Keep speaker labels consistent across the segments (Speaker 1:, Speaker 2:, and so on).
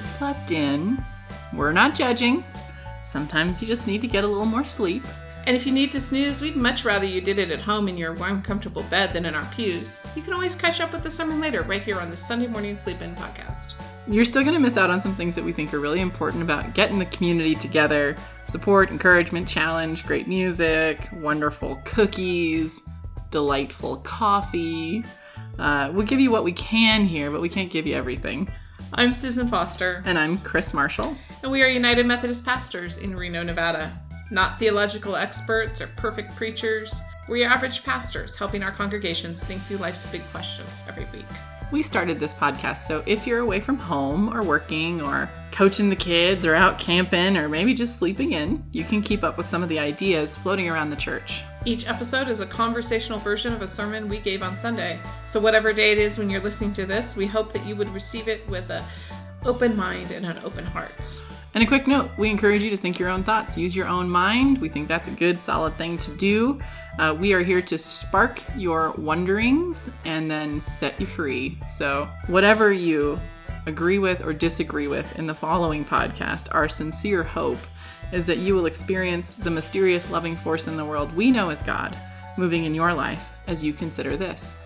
Speaker 1: slept in. We're not judging. Sometimes you just need to get a little more sleep.
Speaker 2: And if you need to snooze, we'd much rather you did it at home in your warm, comfortable bed than in our pews. You can always catch up with the sermon later right here on the Sunday Morning Sleep In podcast.
Speaker 1: You're still going to miss out on some things that we think are really important about getting the community together support, encouragement, challenge, great music, wonderful cookies, delightful coffee. Uh, we'll give you what we can here, but we can't give you everything.
Speaker 2: I'm Susan Foster,
Speaker 1: And I'm Chris Marshall.
Speaker 2: and we are United Methodist pastors in Reno, Nevada. Not theological experts or perfect preachers, we're your average pastors helping our congregations think through life's big questions every week.
Speaker 1: We started this podcast, so if you're away from home or working or coaching the kids or out camping or maybe just sleeping in, you can keep up with some of the ideas floating around the church.
Speaker 2: Each episode is a conversational version of a sermon we gave on Sunday. So whatever day it is when you're listening to this, we hope that you would receive it with an open mind and an open heart.
Speaker 1: And a quick note we encourage you to think your own thoughts, use your own mind. We think that's a good, solid thing to do. Uh, we are here to spark your wonderings and then set you free. So, whatever you agree with or disagree with in the following podcast, our sincere hope is that you will experience the mysterious loving force in the world we know as God moving in your life as you consider this.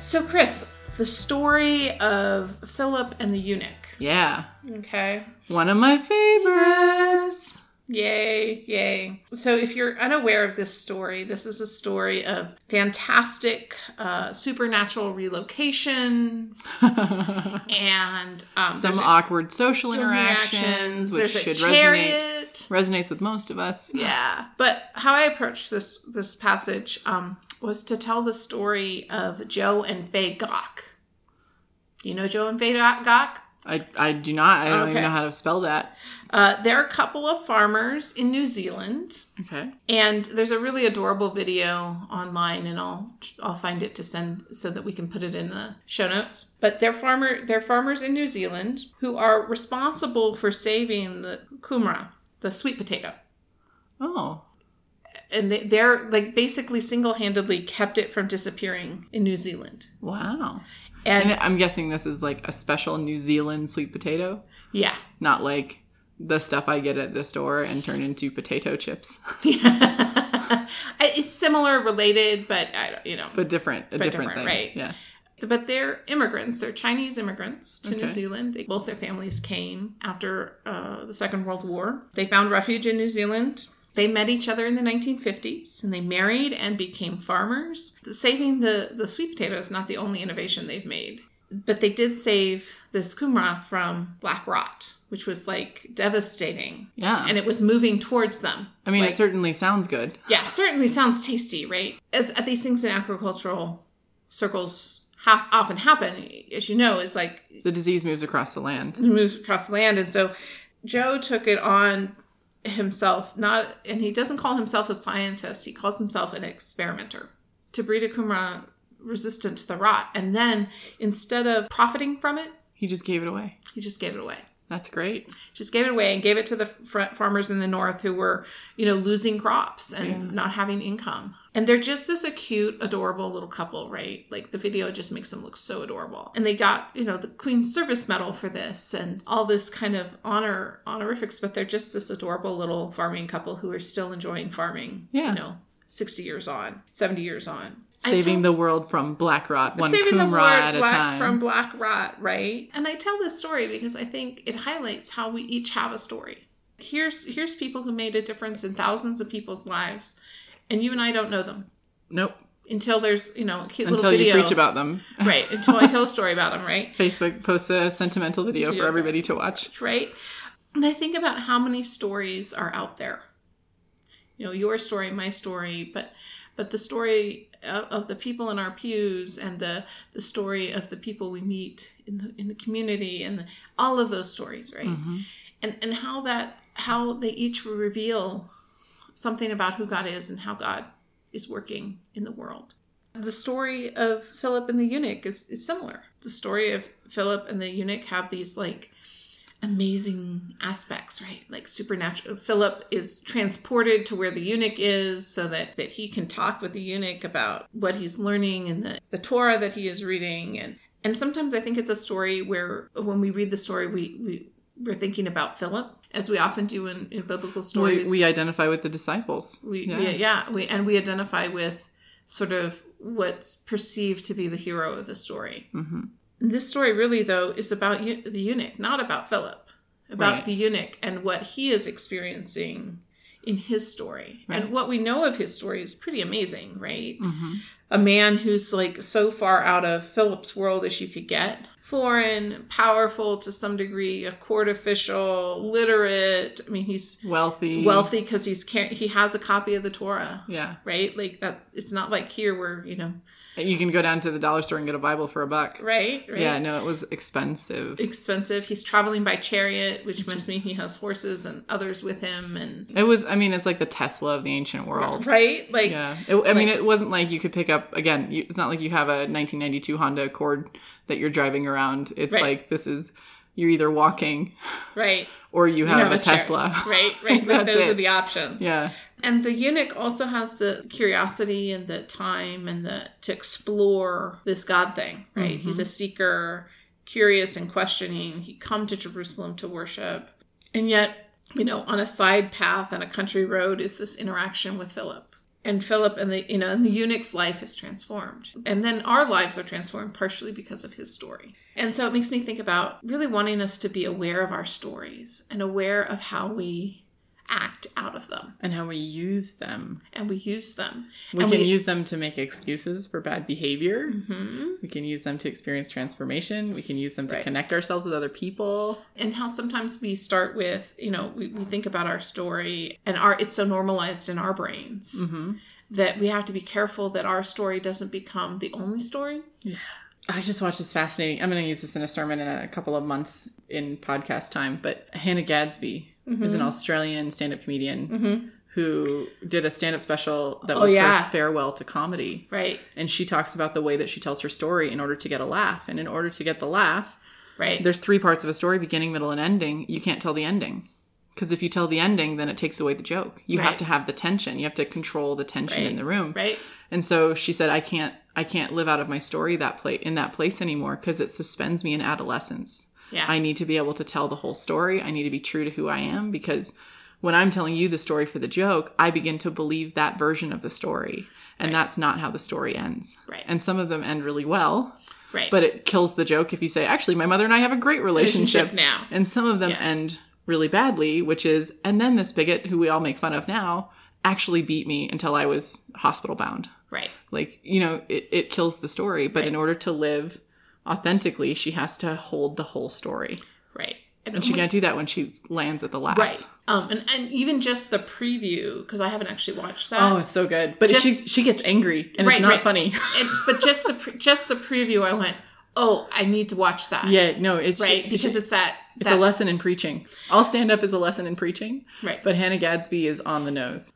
Speaker 2: So Chris, the story of Philip and the eunuch.
Speaker 1: Yeah,
Speaker 2: Okay.
Speaker 1: one of my favorites.
Speaker 2: Yay, yay. So, if you're unaware of this story, this is a story of fantastic uh, supernatural relocation and um,
Speaker 1: Some
Speaker 2: there's a-
Speaker 1: awkward social interactions, which
Speaker 2: there's a
Speaker 1: should resonate.
Speaker 2: chariot.
Speaker 1: resonates with most of us.
Speaker 2: Yeah. But how I approached this this passage um, was to tell the story of Joe and Faye Gawk. You know Joe and Faye Gawk?
Speaker 1: I, I do not. I don't even
Speaker 2: Okay.
Speaker 1: know how to spell that.
Speaker 2: Uh, they're a couple of farmers in New Zealand.
Speaker 1: Okay.
Speaker 2: And there's a really adorable video online, and I'll I'll find it to send so that we can put it in the show notes. But they're farmer they're farmers in New Zealand who are responsible for saving the kumara, the sweet potato,
Speaker 1: Oh,
Speaker 2: and they, they're like basically single handedly kept it from disappearing in New Zealand.
Speaker 1: wow. And
Speaker 2: And
Speaker 1: I'm guessing this is like a special New Zealand sweet potato,
Speaker 2: yeah,
Speaker 1: not like the stuff I get at the store and turn into potato chips,
Speaker 2: yeah, it's similar, related, but I don't, you know,
Speaker 1: but different, a
Speaker 2: But
Speaker 1: different, thing.
Speaker 2: different, right.
Speaker 1: Yeah.
Speaker 2: But they're immigrants. They're Chinese immigrants to New
Speaker 1: Okay.
Speaker 2: Zealand. They, both their families came after uh, the Second World War. They found refuge in New Zealand. They met each other in the 1950s and they married and became farmers. Saving the, the sweet potato is not the only innovation they've made. But they did save this kumra from black rot, which was like devastating.
Speaker 1: Yeah.
Speaker 2: And it was moving towards them.
Speaker 1: I mean,
Speaker 2: like-
Speaker 1: it certainly sounds good.
Speaker 2: yeah, certainly sounds tasty, right? As uh, these things in agricultural circles ha- often happen, as you know, is like
Speaker 1: The disease moves across the land.
Speaker 2: it moves across the land, and so Joe took it on himself. Not, and he doesn't call himself a scientist; he calls himself an experimenter to breed a kumra resistant to the rot. And then, instead of profiting from it,
Speaker 1: He just gave it away.
Speaker 2: he just gave it away
Speaker 1: That's great.
Speaker 2: just gave it away and gave it to the fr- farmers in the north who were you know losing crops and
Speaker 1: Yeah.
Speaker 2: not having income and they're just this acute adorable little couple right like the video just makes them look so adorable and they got you know the queen's service medal for this and all this kind of honor honorifics but they're just this adorable little farming couple who are still enjoying farming
Speaker 1: Yeah.
Speaker 2: you know 60 years on 70 years on I
Speaker 1: Saving
Speaker 2: don't-
Speaker 1: the world from black rot, one
Speaker 2: saving the
Speaker 1: coom
Speaker 2: word
Speaker 1: rot at a
Speaker 2: black
Speaker 1: time.
Speaker 2: from black rot, right? And I tell this story because I think it highlights how we each have a story. Here's here's people who made a difference in thousands of people's lives, and you and I don't know them
Speaker 1: Nope.
Speaker 2: until there's you know a cute
Speaker 1: Until
Speaker 2: little video.
Speaker 1: you preach about them.
Speaker 2: right until I tell a story about them, right?
Speaker 1: Facebook posts a sentimental video for
Speaker 2: Yeah.
Speaker 1: everybody to watch.
Speaker 2: Right, and I think about how many stories are out there. You know, your story, my story, but but the story of, of the people in our pews and the the story of the people we meet in the in the community and the, all of those stories, right?
Speaker 1: Mhm.
Speaker 2: and and how that how they each reveal something about who God is and how God is working in the world. The story of Philip and the eunuch is, is similar. The story of Philip and the eunuch have these like amazing aspects, right? Like supernatural. Philip is transported to where the eunuch is so that, that he can talk with the eunuch about what he's learning and the, the Torah that he is reading. And, and sometimes I think it's a story where when we read the story, we, we, we're thinking about Philip, as we often do in, in biblical
Speaker 1: We,
Speaker 2: stories.
Speaker 1: we identify with the disciples.
Speaker 2: we
Speaker 1: yeah.
Speaker 2: yeah. yeah we and we identify with sort of what's perceived to be the hero of the story
Speaker 1: hmm
Speaker 2: this story really though is about eu- the eunuch not about philip about
Speaker 1: Right.
Speaker 2: the eunuch and what he is experiencing in his story
Speaker 1: Right.
Speaker 2: and what we know of his story is pretty amazing right
Speaker 1: hmm
Speaker 2: a man who's like so far out of Philip's world as you could get. Foreign, powerful to some degree, a court official, literate. I mean, he's
Speaker 1: Wealthy.
Speaker 2: wealthy because he's car- he has a copy of the Torah,
Speaker 1: Yeah.
Speaker 2: right? Like that. It's not like here where you know,
Speaker 1: You can go down to the dollar store and get a Bible for a buck.
Speaker 2: right? Right.
Speaker 1: Yeah, no, it was expensive.
Speaker 2: Expensive. He's traveling by chariot, which must
Speaker 1: is-
Speaker 2: mean he has horses and others with him, and
Speaker 1: It was, I mean, it's like the Tesla of the ancient world.
Speaker 2: right, like
Speaker 1: Yeah. It, I mean,
Speaker 2: Like-
Speaker 1: it wasn't like you could pick up, again, you, it's not like you have a 1992 Honda Accord that you're driving around. It's
Speaker 2: Right.
Speaker 1: like this is, you're either walking
Speaker 2: right,
Speaker 1: or you have, a,
Speaker 2: chariot,
Speaker 1: Tesla.
Speaker 2: right, right. Like,
Speaker 1: That's
Speaker 2: those
Speaker 1: it.
Speaker 2: are the options.
Speaker 1: Yeah.
Speaker 2: And the eunuch also has the curiosity and the time and the to explore this God thing, right?
Speaker 1: Mhm.
Speaker 2: He's a seeker, curious and questioning. He come to Jerusalem to worship. And yet, you know, on a side path on a country road is this interaction with Philip. And Philip and the you know, and the eunuch's life is transformed. And then our lives are transformed partially because of his story. And so it makes me think about really wanting us to be aware of our stories and aware of how we act out of them
Speaker 1: And how we use them.
Speaker 2: and we use them.
Speaker 1: We
Speaker 2: And
Speaker 1: can
Speaker 2: we-
Speaker 1: use them to make excuses for bad behavior.
Speaker 2: Mm-hmm.
Speaker 1: We can use them to experience transformation. We can use them to
Speaker 2: Right.
Speaker 1: connect ourselves with other people.
Speaker 2: And how sometimes we start with, you know, we, we think about our story and our it's so normalized in our brains
Speaker 1: hmm
Speaker 2: that we have to be careful that our story doesn't become the only story.
Speaker 1: I just watched this fascinating. I'm going to use this in a sermon in a couple of months in podcast time. But Hannah Gadsby is
Speaker 2: Mm-hmm.
Speaker 1: an Australian stand-up comedian
Speaker 2: Mhm.
Speaker 1: who did a stand-up special that
Speaker 2: Oh,
Speaker 1: was
Speaker 2: yeah.
Speaker 1: her farewell to comedy.
Speaker 2: Right,
Speaker 1: And she talks about the way that she tells her story in order to get a laugh. And in order to get the laugh,
Speaker 2: right.
Speaker 1: there's three parts of a story: beginning, middle, and ending. You can't tell the ending. Because if you tell the ending, then it takes away the joke. You have
Speaker 2: Right.
Speaker 1: to have the tension. You have to control the tension in
Speaker 2: Right.
Speaker 1: the room.
Speaker 2: right,
Speaker 1: And so she said, I can't, I can't live out of my story that pla in that place anymore because it suspends me in adolescence.
Speaker 2: yeah,
Speaker 1: I need to be able to tell the whole story. I need to be true to who I am because when I'm telling you the story for the joke, I begin to believe that version of the story. And that's not how the story ends.
Speaker 2: Right.
Speaker 1: And some of them end really well,
Speaker 2: right.
Speaker 1: but it kills the joke if you say, actually, my mother and I have a great relationship.
Speaker 2: now.
Speaker 1: And some of them
Speaker 2: Yeah.
Speaker 1: end really badly, which is, and then this bigot who we all make fun of now actually beat me until I was hospital bound
Speaker 2: Right,
Speaker 1: like you know it, it kills the story but in
Speaker 2: Right.
Speaker 1: order to live authentically she has to hold the whole story
Speaker 2: right.
Speaker 1: and she can't do that when she lands at the laugh
Speaker 2: right. Um, and, and even just the preview because I haven't actually watched that.
Speaker 1: oh it's so good but
Speaker 2: Just-
Speaker 1: she she gets angry and
Speaker 2: Right,
Speaker 1: it's not
Speaker 2: right.
Speaker 1: funny
Speaker 2: And- but just the pre- just the preview, I went, oh, I need to watch that.
Speaker 1: yeah no it's
Speaker 2: right,
Speaker 1: she-
Speaker 2: because
Speaker 1: she-
Speaker 2: it's that.
Speaker 1: it's
Speaker 2: that,
Speaker 1: a lesson in preaching all stand up is a lesson in preaching
Speaker 2: Right,
Speaker 1: but hannah gadsby is on the nose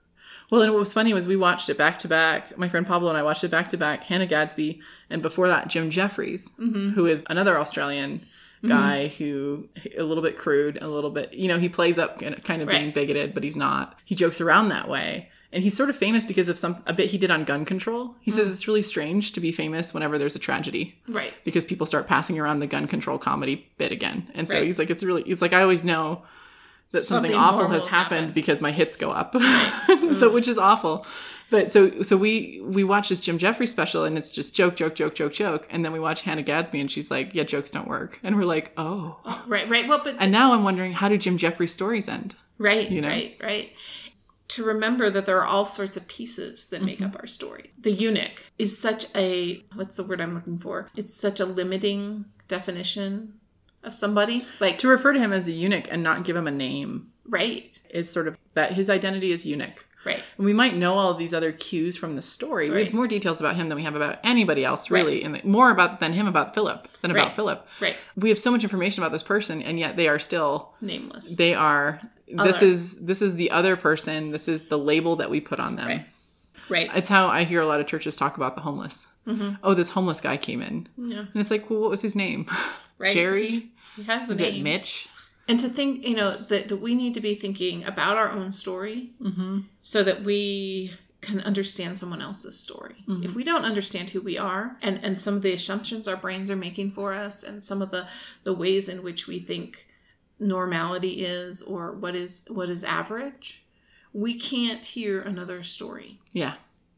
Speaker 1: well and what was funny was we watched it back to back my friend pablo and i watched it back to back hannah gadsby and before that jim jeffries
Speaker 2: mm-hmm.
Speaker 1: who is another Australian guy who a little bit crude, a little bit, you know, he plays up kind of- kind of being
Speaker 2: Right.
Speaker 1: bigoted, but he's not. He jokes around that way. And he's sort of famous because of some a bit he did on gun control.
Speaker 2: Hmm.
Speaker 1: He says it's really strange to be famous whenever there's a tragedy
Speaker 2: right,
Speaker 1: because people start passing around the gun control comedy bit again. And so
Speaker 2: Right.
Speaker 1: he's like it's really it's like I always know that something,
Speaker 2: Something
Speaker 1: awful
Speaker 2: horrible
Speaker 1: has
Speaker 2: has
Speaker 1: happened
Speaker 2: happened.
Speaker 1: because my hits go up. so which is awful. But so so we we watch this Jim Jeffrey special and it's just joke joke joke joke joke and then we watch Hannah Gadsby and she's like yeah jokes don't work and we're like oh.
Speaker 2: right, right. Well, but
Speaker 1: And now I'm wondering how do Jim Jeffrey's stories end?
Speaker 2: Right,
Speaker 1: you know?
Speaker 2: right, right. To remember that there are all sorts of pieces that make
Speaker 1: Mm-hmm.
Speaker 2: up our story. The eunuch is such a what's the word I'm looking for? It's such a limiting definition of somebody. Like
Speaker 1: To refer to him as a eunuch and not give him a name
Speaker 2: right,
Speaker 1: is sort of that his identity is eunuch.
Speaker 2: right,
Speaker 1: And we might know all of these other cues from the story. We have
Speaker 2: Right.
Speaker 1: more details about him than we have about anybody else, really, and more about than him about Philip than about
Speaker 2: Right.
Speaker 1: Philip.
Speaker 2: right.
Speaker 1: We have so much information about this person, and yet they are still
Speaker 2: Nameless.
Speaker 1: they are. This
Speaker 2: Other.
Speaker 1: is this is the other person. This is the label that we put on them.
Speaker 2: Right. right.
Speaker 1: It's how I hear a lot of churches talk about the homeless.
Speaker 2: Mhm.
Speaker 1: Oh, this homeless guy came in,
Speaker 2: yeah.
Speaker 1: and it's like, well, what was his name?
Speaker 2: Right.
Speaker 1: Jerry?
Speaker 2: He has a
Speaker 1: Is it
Speaker 2: name.
Speaker 1: Mitch?
Speaker 2: and to think, you know, that, that we need to be thinking about our own story
Speaker 1: Mm-hmm.
Speaker 2: so that we can understand someone else's story.
Speaker 1: Mhm.
Speaker 2: If we don't understand who we are and and some of the assumptions our brains are making for us and some of the the ways in which we think normality is or what is what is average, we can't hear another story.
Speaker 1: Yeah.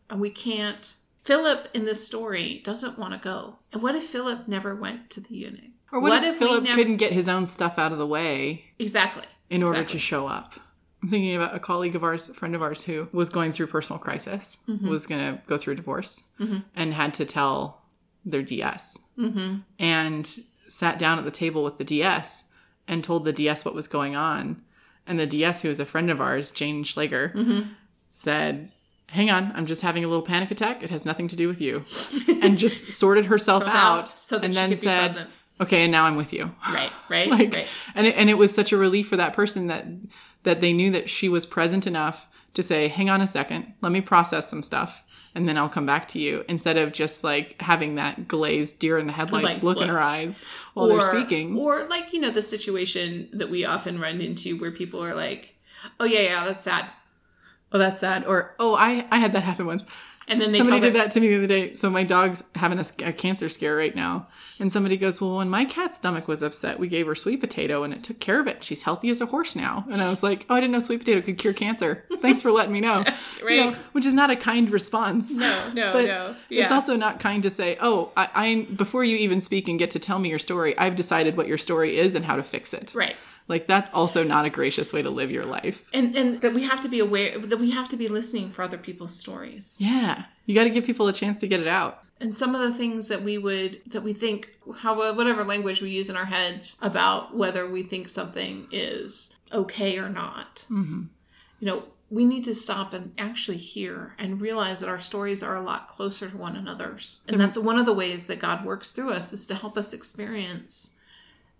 Speaker 2: And we can't Philip in this story doesn't want to go. And what if Philip never went to the eunuch?
Speaker 1: Or what, if,
Speaker 2: we
Speaker 1: Philip
Speaker 2: never-
Speaker 1: couldn't get his own stuff out of the way
Speaker 2: Exactly.
Speaker 1: in order
Speaker 2: Exactly.
Speaker 1: to show up. I'm thinking about a colleague of ours, a friend of ours, who was going through personal crisis,
Speaker 2: Mm-hmm.
Speaker 1: was going to go through a divorce,
Speaker 2: Mhm.
Speaker 1: and had to tell their DS,
Speaker 2: Mm-hmm.
Speaker 1: and sat down at the table with the DS and told the DS what was going on. And the DS, who was a friend of ours, Jane Schlager,
Speaker 2: Mhm.
Speaker 1: said, "Hang on, I'm just having a little panic attack. It has nothing to do with you," and just sorted herself out,
Speaker 2: so that
Speaker 1: and
Speaker 2: she
Speaker 1: then
Speaker 2: could
Speaker 1: said,
Speaker 2: be present.
Speaker 1: "Okay, and now I'm with you."
Speaker 2: Right, right,
Speaker 1: like
Speaker 2: right.
Speaker 1: and it, and it was such a relief for that person that that they knew that she was present enough to say hang on a second let me process some stuff and then i'll come back to you instead of just like having that glazed deer in the headlights
Speaker 2: Headlights
Speaker 1: look in
Speaker 2: look.
Speaker 1: her eyes while they're speaking
Speaker 2: Or like, you know, the situation that we often run into where people are like, Oh yeah, yeah, that's sad.
Speaker 1: oh that's sad or oh i i had that happen once
Speaker 2: And then they
Speaker 1: somebody
Speaker 2: tell
Speaker 1: did that to me the other day so my dog's having a, sc- a cancer scare right now and somebody goes well when my cat's stomach was upset we gave her sweet potato and it took care of it she's healthy as a horse now and i was like oh i didn't know sweet potato could cure cancer thanks for letting me know
Speaker 2: Right.
Speaker 1: you know, which is not a kind response.
Speaker 2: no, no,
Speaker 1: But
Speaker 2: no. Yeah.
Speaker 1: It's also not kind to say, "Oh, I, I before you even speak and get to tell me your story, I've decided what your story is and how to fix it."
Speaker 2: right.
Speaker 1: Like that's also not a gracious way to live your life.
Speaker 2: And and that we have to be aware that we have to be listening for other people's stories.
Speaker 1: Yeah, you got to give people a chance to get it out.
Speaker 2: and some of the things that we would that we think how whatever language we use in our heads about whether we think something is okay or not you know we need to stop and actually hear and realize that our stories are a lot closer to one another's and that's one of the ways that god works through us is to help us experience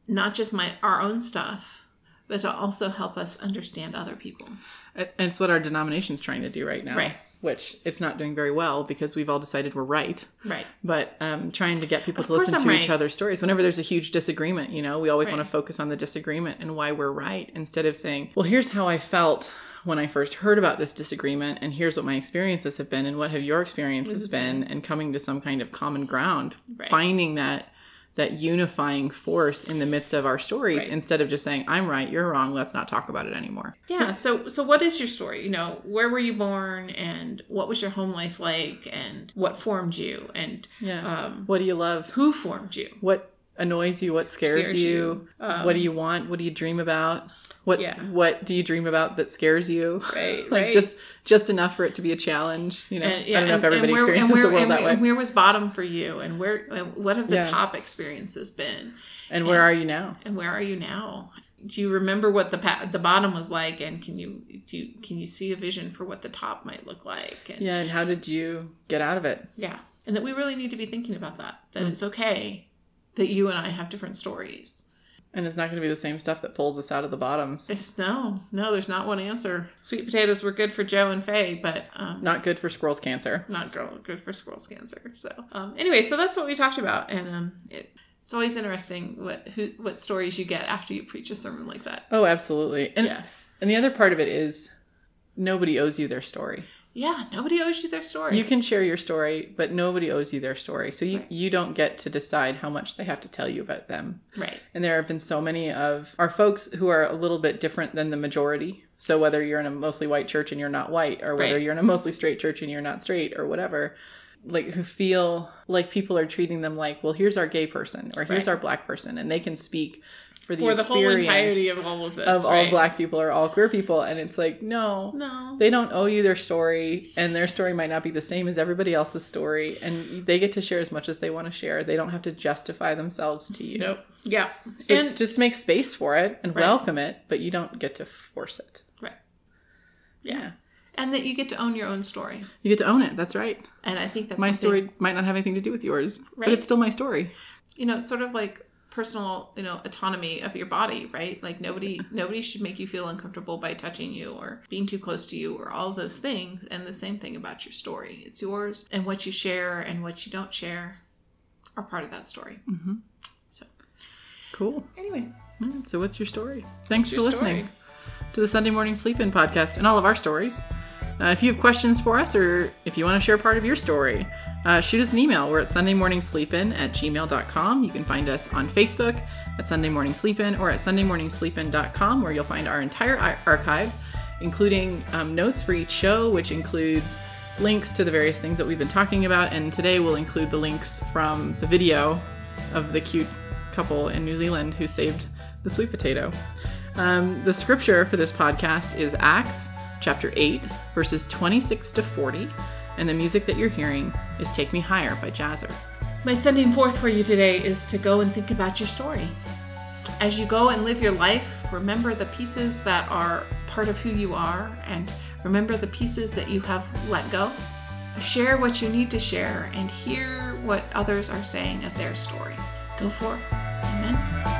Speaker 2: not just my our own stuff but to also help us understand other people
Speaker 1: It- It's what our denomination's trying to do right now.
Speaker 2: Right.
Speaker 1: Which it's not doing very well because we've all decided we're right.
Speaker 2: right
Speaker 1: But um, trying to get people to
Speaker 2: course
Speaker 1: listen
Speaker 2: I'm
Speaker 1: to each
Speaker 2: right.
Speaker 1: other's stories. Whenever there's a huge disagreement, you know, we always
Speaker 2: Right.
Speaker 1: want to focus on the disagreement and why we're right instead of saying, well, here's how I felt when I first heard about this disagreement, and here's what my experiences have been, and what have your experiences been, and coming to some kind of common ground,
Speaker 2: Right.
Speaker 1: finding that that unifying force in the midst of our stories
Speaker 2: Right.
Speaker 1: instead of just saying i'm right you're wrong let's not talk about it anymore
Speaker 2: Yeah. So, so what is your story? You know, where were you born, and what was your home life like, and what formed you, and
Speaker 1: yeah
Speaker 2: um,
Speaker 1: what do you love
Speaker 2: who formed you?
Speaker 1: what annoys you what scares,
Speaker 2: Scares
Speaker 1: you,
Speaker 2: you. Um,
Speaker 1: what do you want what do you dream about what
Speaker 2: Yeah.
Speaker 1: what do you dream about that scares you
Speaker 2: Right.
Speaker 1: like just just enough for it to be a challenge you know
Speaker 2: And, yeah,
Speaker 1: i don't know
Speaker 2: and-
Speaker 1: if everybody
Speaker 2: and where-
Speaker 1: experiences
Speaker 2: and where,
Speaker 1: the world
Speaker 2: and
Speaker 1: that
Speaker 2: where-
Speaker 1: way
Speaker 2: and where was bottom for you, and where, and what have the
Speaker 1: Yeah.
Speaker 2: top experiences been,
Speaker 1: and where are you now
Speaker 2: and where are you now? Do you remember what the pa- the bottom was like, and can you do you, can you see a vision for what the top might look like? And,
Speaker 1: yeah and how did you get out of it
Speaker 2: Yeah. And that we really need to be thinking about that. That
Speaker 1: Mm.
Speaker 2: it's okay that you and I have different stories.
Speaker 1: and it's not going to be the same stuff that pulls us out of the bottoms
Speaker 2: It's no, no. There's not one answer. Sweet potatoes were good for Joe and Faye, but um,
Speaker 1: not good for squirrels cancer
Speaker 2: not girl good for squirrel's cancer. So um, anyway, so that's what we talked about, and um, it, it's always interesting what who what stories you get after you preach a sermon like that.
Speaker 1: oh absolutely and
Speaker 2: yeah,
Speaker 1: and the other part of it is nobody owes you their story
Speaker 2: yeah. Nobody owes you their story.
Speaker 1: You can share your story, but nobody owes you their story. So you,
Speaker 2: Right.
Speaker 1: you don't get to decide how much they have to tell you about them.
Speaker 2: right,
Speaker 1: And there have been so many of our folks who are a little bit different than the majority. So whether you're in a mostly white church and you're not white, or whether
Speaker 2: Right.
Speaker 1: you're in a mostly straight church and you're not straight, or whatever, like who feel like people are treating them like, well, here's our gay person, or here's
Speaker 2: Right.
Speaker 1: our black person, and they can speak for the,
Speaker 2: for the whole
Speaker 1: experience
Speaker 2: entirety of all of this,
Speaker 1: of all
Speaker 2: right?
Speaker 1: black people or all queer people. And it's like, no,
Speaker 2: No,
Speaker 1: they don't owe you their story and their story might not be the same as everybody else's story and they get to share as much as they want to share they don't have to justify themselves to you
Speaker 2: nope. Yeah,
Speaker 1: so
Speaker 2: and
Speaker 1: just make space for it and
Speaker 2: Right.
Speaker 1: welcome it but you don't get to force it
Speaker 2: right, yeah. and that you get to own your own story.
Speaker 1: you get to own it that's right
Speaker 2: And I think that's
Speaker 1: my
Speaker 2: something-
Speaker 1: story might not have anything to do with yours
Speaker 2: Right.
Speaker 1: but it's still my story
Speaker 2: you know it's sort of like personal you know autonomy of your body right like nobody nobody should make you feel uncomfortable by touching you or being too close to you or all those things and the same thing about your story it's yours and what you share and what you don't share are part of that story
Speaker 1: mm-hmm.
Speaker 2: so
Speaker 1: cool
Speaker 2: anyway
Speaker 1: Yeah, so what's your story thanks
Speaker 2: your
Speaker 1: for listening
Speaker 2: story?
Speaker 1: to the sunday morning sleep in podcast and all of our stories Uh, if you have questions for us or if you want to share part of your story, uh, shoot us an email. We're at sundaymorningsleepin at gmail.com. You can find us on Facebook at Sunday Morning Sleepin or at sundaymorningsleepin.com where you'll find our entire ar- archive, including um, notes for each show, which includes links to the various things that we've been talking about. And today we'll include the links from the video of the cute couple in New Zealand who saved the sweet potato. Um, the scripture for this podcast is Acts chapter 8, verses 26 to 40. And the music that you're hearing is Take Me Higher by Jazzer.
Speaker 2: My sending forth for you today is to go and think about your story. As you go and live your life, remember the pieces that are part of who you are and remember the pieces that you have let go. Share what you need to share and hear what others are saying of their story. Go forth. Amen.